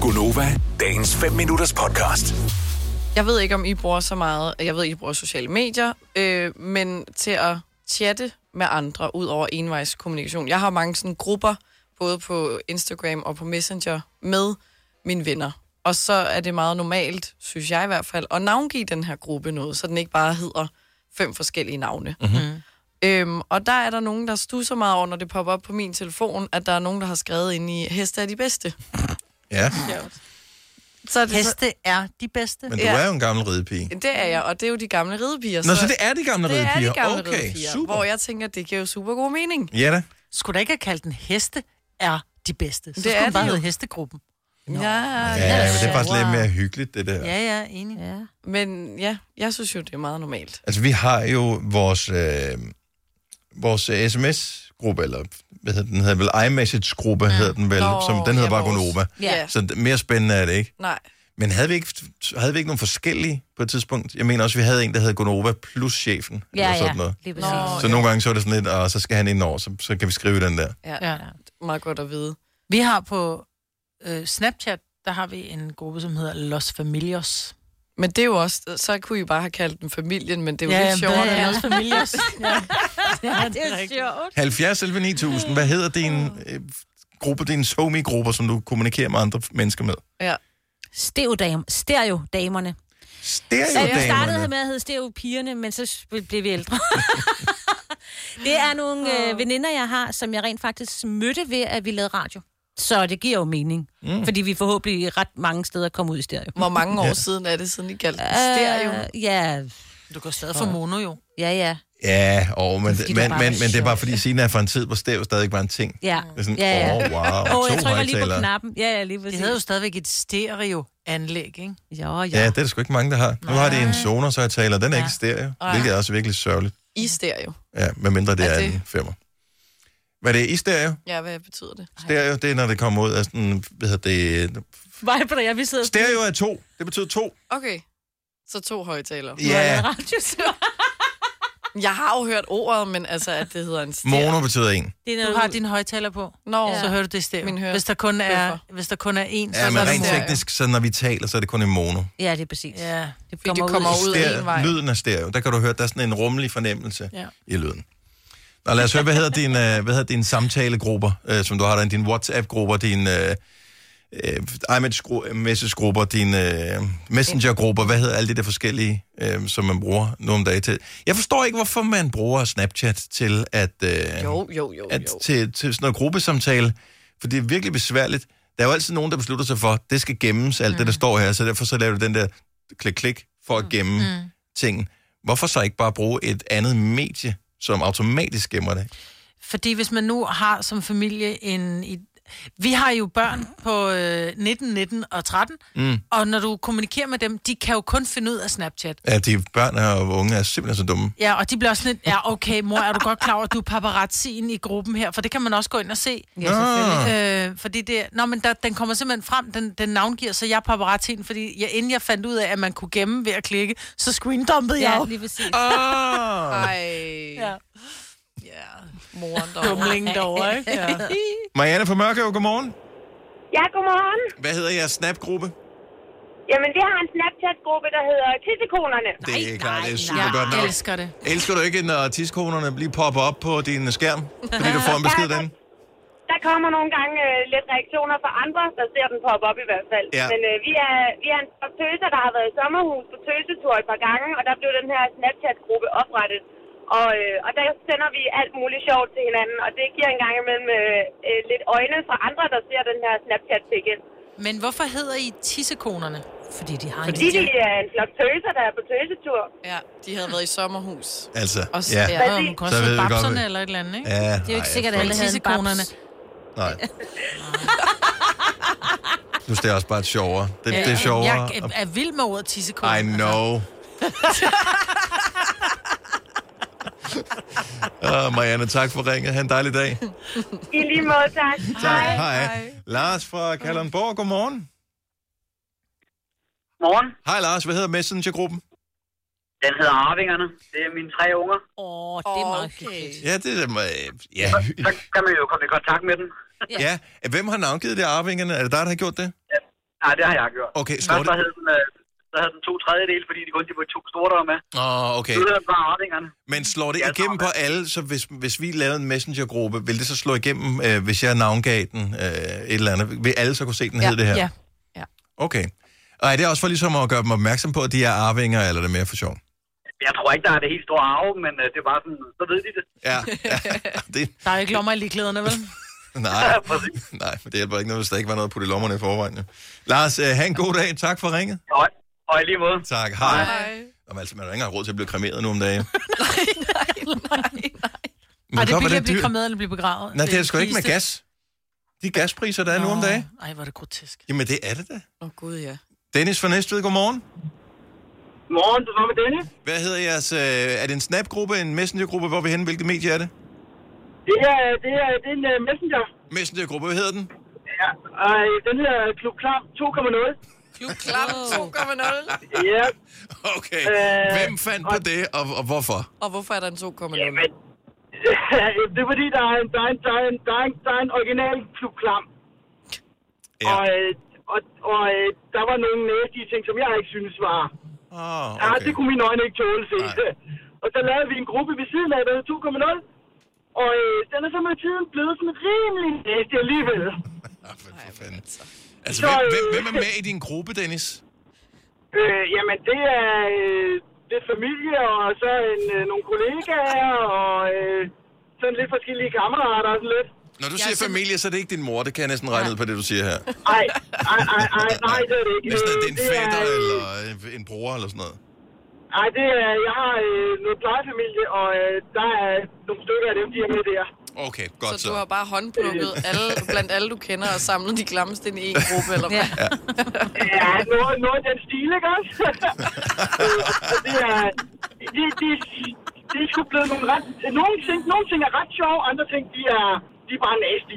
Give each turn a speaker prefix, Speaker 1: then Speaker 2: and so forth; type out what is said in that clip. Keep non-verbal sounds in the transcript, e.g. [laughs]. Speaker 1: Gunova, dagens 5 minutters podcast.
Speaker 2: Jeg ved ikke, om I bruger så meget, jeg ved, I bruger sociale medier, øh, men til at chatte med andre ud over envejskommunikation. Jeg har mange sådan grupper, både på Instagram og på Messenger, med mine venner. Og så er det meget normalt, synes jeg i hvert fald, at navngive den her gruppe noget, så den ikke bare hedder fem forskellige navne.
Speaker 3: Mhm.
Speaker 2: Mm-hmm. Øhm, og der er der nogen, der stusser meget over, når det popper op på min telefon, at der er nogen, der har skrevet ind i, heste er de bedste.
Speaker 3: Ja,
Speaker 2: Så er det så,
Speaker 4: Heste er de bedste.
Speaker 3: men du
Speaker 2: Ja.
Speaker 3: er jo en gammel ridepige.
Speaker 2: det er jeg, og det er jo de gamle ridepiger.
Speaker 3: Nå, så det er de gamle
Speaker 2: Det er
Speaker 3: ridepiger.
Speaker 2: de gamle
Speaker 3: okay,
Speaker 2: ridepiger,
Speaker 3: super.
Speaker 2: hvor jeg tænker, det giver jo super god mening.
Speaker 3: Ja da.
Speaker 4: Skulle da ikke have kaldt den heste er de bedste. Så
Speaker 2: Det
Speaker 4: det
Speaker 2: er
Speaker 4: skulle den bare
Speaker 2: de jo.
Speaker 4: hedde hestegruppen.
Speaker 2: Ja, ja.
Speaker 3: Ja, men det er
Speaker 4: sjovere.
Speaker 3: faktisk lidt mere hyggeligt, det der.
Speaker 4: Ja, ja, enig. Ja.
Speaker 2: Men ja, jeg synes jo, det er meget normalt.
Speaker 3: Altså, vi har jo vores, øh, vores øh, sms-gruppe, eller hvad hedder den? Den hedder vel iMessage-gruppe, ja. hedder den vel,
Speaker 2: Nå,
Speaker 3: Nå, som den hedder
Speaker 2: ja,
Speaker 3: bare
Speaker 2: vores.
Speaker 3: Gonova.
Speaker 2: Ja. ja.
Speaker 3: Så d- mere spændende er det ikke.
Speaker 2: Nej.
Speaker 3: Men havde vi ikke, havde vi ikke nogle forskellige på et tidspunkt? Jeg mener også, vi havde en, der hed Gonova plus chefen,
Speaker 5: Ja,
Speaker 3: eller sådan
Speaker 5: ja.
Speaker 3: noget.
Speaker 2: Nå,
Speaker 5: Lige præcis.
Speaker 3: Så nogle gange så var det sådan lidt, og så skal han ind over, så, så kan vi skrive den der.
Speaker 2: Ja,
Speaker 4: Ja.
Speaker 2: ja. Meget godt at vide.
Speaker 4: Vi har på øh, Snapchat, der har vi en gruppe, som hedder Los Familios.
Speaker 2: Men det er jo også, så kunne I bare have kaldt den familien, men det er jo
Speaker 4: Ja,
Speaker 2: ja,
Speaker 4: ja,
Speaker 2: lidt sjovere.
Speaker 4: det er
Speaker 2: Ja.
Speaker 4: Los
Speaker 2: [laughs]
Speaker 4: Familios. ja. Ja,
Speaker 5: Det er sjovt.
Speaker 3: 70 11 9000, hvad hedder din øh, gruppe, din somi-grupper, som du kommunikerer med andre mennesker med?
Speaker 2: ja.
Speaker 5: Stereodam- Stereodamerne. Så vi startede
Speaker 3: Stereodamerne.
Speaker 5: med at hedde Stereopigerne, men så s- blev vi ældre. det er nogle øh, veninder, jeg har, som jeg rent faktisk mødte ved, at vi lavede radio. Så det giver jo mening, mm. fordi vi forhåbentlig ret mange steder kommer ud i stereo.
Speaker 2: Hvor mange år ja. siden er det, siden I kaldte den stereo?
Speaker 5: Øh, ja,
Speaker 4: Du går stadig for mono, jo.
Speaker 5: ja, ja.
Speaker 3: Ja, og, men,
Speaker 5: Fordi det
Speaker 3: men,
Speaker 5: er bare
Speaker 3: men, men det er bare
Speaker 5: sjovt.
Speaker 3: fordi, Sina er fra en tid, hvor stæv stadig var en ting.
Speaker 5: ja.
Speaker 3: Det er sådan,
Speaker 5: ja, ja.
Speaker 3: åh, oh, wow,
Speaker 5: Åh, jeg
Speaker 3: to
Speaker 5: trykker lige på
Speaker 3: højtalere.
Speaker 5: knappen. Ja, ja, lige præcis.
Speaker 4: Det havde jo stadigvæk et stereo-anlæg, ikke?
Speaker 5: Jo,
Speaker 3: Ja,
Speaker 5: jo.
Speaker 3: det er der sgu ikke mange, der har. Nu har de en Sonos højtaler, den er
Speaker 4: Ja.
Speaker 3: ikke stereo, hvilket er også virkelig sørgeligt.
Speaker 2: I stereo.
Speaker 3: Ja, medmindre det
Speaker 2: Er
Speaker 3: er
Speaker 2: det-
Speaker 3: en femmer. Hvad det er i stereo?
Speaker 2: Ja, hvad betyder det?
Speaker 3: Stereo, det er, når det kommer ud af sådan, hvad hedder det...
Speaker 5: Vej på dig, jeg vi sidder
Speaker 3: Stereo er to. Det betyder to.
Speaker 2: Okay, så to højtalere.
Speaker 3: Ja,
Speaker 5: radio.
Speaker 2: Jeg har jo hørt ordet, men altså, at det hedder en stereo.
Speaker 3: mono betyder en.
Speaker 5: Det er
Speaker 4: Du har din højtaler på.
Speaker 2: Nå,
Speaker 4: Ja. Så hører du det i
Speaker 2: Min
Speaker 4: stereo.
Speaker 2: hører-
Speaker 4: Hvis der kun er,
Speaker 2: Hvorfor?
Speaker 4: hvis der kun er én, så
Speaker 3: Ja, men
Speaker 4: er der
Speaker 3: rent
Speaker 4: mono.
Speaker 2: stereo.
Speaker 3: teknisk, så når vi taler, så er det kun en mono.
Speaker 5: Ja, det er præcis.
Speaker 4: Ja.
Speaker 5: Det
Speaker 2: Fordi det kommer ud af en vej.
Speaker 3: Stereo, lyden er stereo. Der kan du høre, der er sådan en rummelig fornemmelse
Speaker 4: Ja.
Speaker 3: i lyden. Nå, lad os høre, hvad hedder din, øh, hvad hedder din samtalegrupper, øh, som du har derinde, din WhatsApp-grupper, din øh, øh, iMessage-grupper, din øh, Messenger-grupper, hvad hedder alle de der forskellige, øh, som man bruger nu om dagen til. Jeg forstår ikke, hvorfor man bruger Snapchat til at... Øh,
Speaker 2: Jo, jo, jo,
Speaker 3: at,
Speaker 2: jo.
Speaker 3: til, til sådan noget gruppesamtale, for det er virkelig besværligt. Der er jo altid nogen, der beslutter sig for, det skal gemmes, alt mm. det, der står her, så derfor så laver du den der klik-klik for at gemme mm. tingen. Hvorfor så ikke bare bruge et andet medie, som automatisk gemmer det?
Speaker 4: Fordi hvis man nu har som familie en... I, vi har jo børn på øh, 19, 19 og 13, mm. og når du kommunikerer med dem, de kan jo kun finde ud af Snapchat.
Speaker 3: Ja, de børn og unge er simpelthen så dumme.
Speaker 4: Ja, og de bliver også sådan lidt, ja okay mor, er du godt klar over, at du er paparazzien i gruppen her? For det kan man også gå ind og se.
Speaker 5: Ja, selvfølgelig.
Speaker 4: Øh, fordi det, nå, men der, den kommer simpelthen frem, den, den navngiver, så jeg er paparazzien, fordi jeg, inden jeg fandt ud af, at man kunne gemme ved at klikke, så screendumpede jeg
Speaker 5: Ja,
Speaker 4: jo.
Speaker 5: lige præcis. [laughs]
Speaker 2: Ej.
Speaker 4: Ja.
Speaker 2: Ja. Ja, moren derovre.
Speaker 4: Dumlingen derovre,
Speaker 2: [laughs]
Speaker 4: ikke? Ja.
Speaker 3: Marianne fra Mørkøv, godmorgen.
Speaker 6: Ja, godmorgen.
Speaker 3: Hvad hedder jeres Snap-gruppe?
Speaker 6: Jamen, vi har en Snapchat-gruppe, der hedder Tissekonerne.
Speaker 3: det er klart, det er super
Speaker 4: Jeg
Speaker 3: godt nok.
Speaker 4: elsker det.
Speaker 3: Elsker du ikke, når tiskonerne lige popper op på din skærm, fordi du får en besked den?
Speaker 6: Der kommer nogle gange øh, lidt reaktioner fra andre, der ser den poppe op i hvert fald.
Speaker 3: Ja.
Speaker 6: Men øh, vi, er, vi er en flok tøser, der har været i sommerhus på tøsetur et par gange, og der blev den her Snapchat-gruppe oprettet. Og, øh, og der sender vi alt muligt sjovt til hinanden, og det giver en gang imellem øh, øh, lidt øjne fra andre, der ser den her Snapchat-pik ind.
Speaker 4: Men hvorfor hedder I tissekonerne?
Speaker 5: Fordi de har
Speaker 6: Fordi de er en flok tøser, der er på tøsetur.
Speaker 2: Ja, de havde været i sommerhus.
Speaker 3: Altså,
Speaker 2: Og s- ja.
Speaker 3: ja.
Speaker 4: Ja, man kunne også
Speaker 3: Så ved
Speaker 4: hedde
Speaker 3: vi godt,
Speaker 4: babserne
Speaker 3: hvad-
Speaker 4: eller et eller andet, ikke?
Speaker 3: Ja, det
Speaker 5: Det er jo ikke sikkert, at alle havde en
Speaker 4: Tissekonerne.
Speaker 5: babs.
Speaker 3: Nej. Nu er det også bare sjovere. Det, det er sjovere.
Speaker 4: Jeg er- er vild med ordet tissekone.
Speaker 3: I know. uh, Marianne, tak for ringet. Ha' en dejlig dag.
Speaker 6: I lige måde, tak.
Speaker 3: Tak. Hej. Hej. Lars fra Kalundborg, godmorgen.
Speaker 7: Morgen.
Speaker 3: Hej Lars, hvad hedder Messenger-gruppen?
Speaker 7: Den hedder Arvingerne. Det er mine tre unger.
Speaker 5: Åh, oh, det er meget
Speaker 2: Okay.
Speaker 5: hyggeligt.
Speaker 3: Ja, det er... øh, Ja.
Speaker 7: Så kan man jo komme i kontakt med dem.
Speaker 3: ja. Hvem har navngivet det, Arvingerne? Er det dig, der har gjort det?
Speaker 7: Nej, det har jeg gjort.
Speaker 3: Okay, står
Speaker 7: Først
Speaker 3: det-
Speaker 7: der hed den, øh, der havde den to tredjedel, fordi de kun de var to store, der var med.
Speaker 3: Åh, oh, okay.
Speaker 7: Nu hedder den bare Arvingerne.
Speaker 3: Men slår det
Speaker 7: Ja,
Speaker 3: igennem på
Speaker 7: tak.
Speaker 3: alle, så hvis, hvis vi lavede en messengergruppe, vil det så slå igennem, øh, hvis jeg navngav den øh, et eller andet? Vil alle så kunne se, den hed det her?
Speaker 4: Ja.
Speaker 3: Okay. Og er det også for ligesom at gøre dem opmærksom på, at de er arvinger, eller er det mere for sjov?
Speaker 7: Jeg tror ikke, der er det helt store arve, men øh, det er bare sådan, så ved de det.
Speaker 3: Ja.
Speaker 4: [laughs]
Speaker 3: ja. det,
Speaker 4: Der er jo ikke lommer i ligeklæderne,
Speaker 3: [laughs]
Speaker 4: vel?
Speaker 7: [laughs]
Speaker 3: nej, nej, men det hjælper ikke noget, hvis der ikke var noget at putte i lommerne i forvejen. Jo. Lars, øh, have en god dag. Tak for ringet.
Speaker 7: Og, og i lige måde.
Speaker 3: Tak. Hej. Hej.
Speaker 2: Nej,
Speaker 3: Jamen, altså, man har ikke engang råd til at blive kremeret nu om dagen.
Speaker 2: nej, nej.
Speaker 3: Men
Speaker 4: Nej, det
Speaker 3: så var
Speaker 4: er billigt at blive
Speaker 3: dyrt.
Speaker 4: kommet eller blive begravet.
Speaker 3: Nej, det er sgu
Speaker 4: en
Speaker 3: ikke med
Speaker 4: kiste.
Speaker 3: gas. De gaspriser, der er nu om
Speaker 4: Nå,
Speaker 3: dagen.
Speaker 4: Ej, hvor er det grotesk.
Speaker 3: Jamen, det er det da.
Speaker 2: Åh oh, gud, ja.
Speaker 3: Dennis fra Næstved, godmorgen.
Speaker 7: Morgen, du var med Dennis.
Speaker 3: Hvad hedder jeres... Øh, er det en Snap-gruppe, en Messenger-gruppe? Hvor er vi henne? Hvilket medie er det?
Speaker 6: Det er, det er, det er en uh, messenger.
Speaker 3: Messenger-gruppe, hvad hedder den? [laughs]
Speaker 6: Ja. Og øh, den hedder Klub Klam 2.0.
Speaker 2: Klub klam 2,0.
Speaker 6: Ja. [laughs]
Speaker 3: Okay.
Speaker 6: Øh,
Speaker 3: Hvem fandt på det, og, og hvorfor?
Speaker 2: Og hvorfor er der en 2,0?
Speaker 6: Jamen. det er fordi, der er en, der er en, der er en, der er en, der er en original Klub Klam.
Speaker 3: Ja.
Speaker 6: Og, øh, og, og øh, der var nogle næstige ting, som jeg ikke synes var...
Speaker 3: Oh,
Speaker 6: Ja,
Speaker 3: okay.
Speaker 6: Ah, det kunne mine øjne ikke tåle se.
Speaker 3: Nej.
Speaker 6: [laughs] og så lavede vi en gruppe ved siden af, der hed 2.0. Og øh, den er så med tiden blevet sådan rimelig næstig alligevel.
Speaker 3: Ah, for, for fanden. Altså,
Speaker 6: Så,
Speaker 3: hvem,
Speaker 6: øh,
Speaker 3: hvem, hvem er med i din gruppe, Dennis?
Speaker 6: Øh, jamen, det er, øh, det er familie, og så en, øh, nogle kollegaer, og øh, sådan lidt forskellige kammerater og sådan lidt.
Speaker 3: Når du siger familie, så er det ikke din mor. Det kan jeg næsten regne ud på det, du siger her.
Speaker 6: Ej, ej, ej, ej, nej, det er det ikke.
Speaker 3: Hvis det er
Speaker 6: Øh,
Speaker 3: en fætter
Speaker 6: øh,
Speaker 3: eller øh, en bror eller sådan noget.
Speaker 6: Ej, det er, jeg har øh, noget plejefamilie, og øh, der er nogle stykker af dem, de er med der.
Speaker 3: Okay, godt
Speaker 2: Så
Speaker 3: så.
Speaker 2: du har bare håndplukket alle, blandt alle, du kender, og samlet de klammeste ind i en gruppe, eller hvad?
Speaker 5: Ja.
Speaker 2: Ja.
Speaker 6: Ja, noget, noget af den stil, ikke også? [laughs] Øh, og det er, det, det, det er sgu blevet nogle ret... Nogle ting, nogle ting er ret sjove, andre ting, de er, de er bare nasty.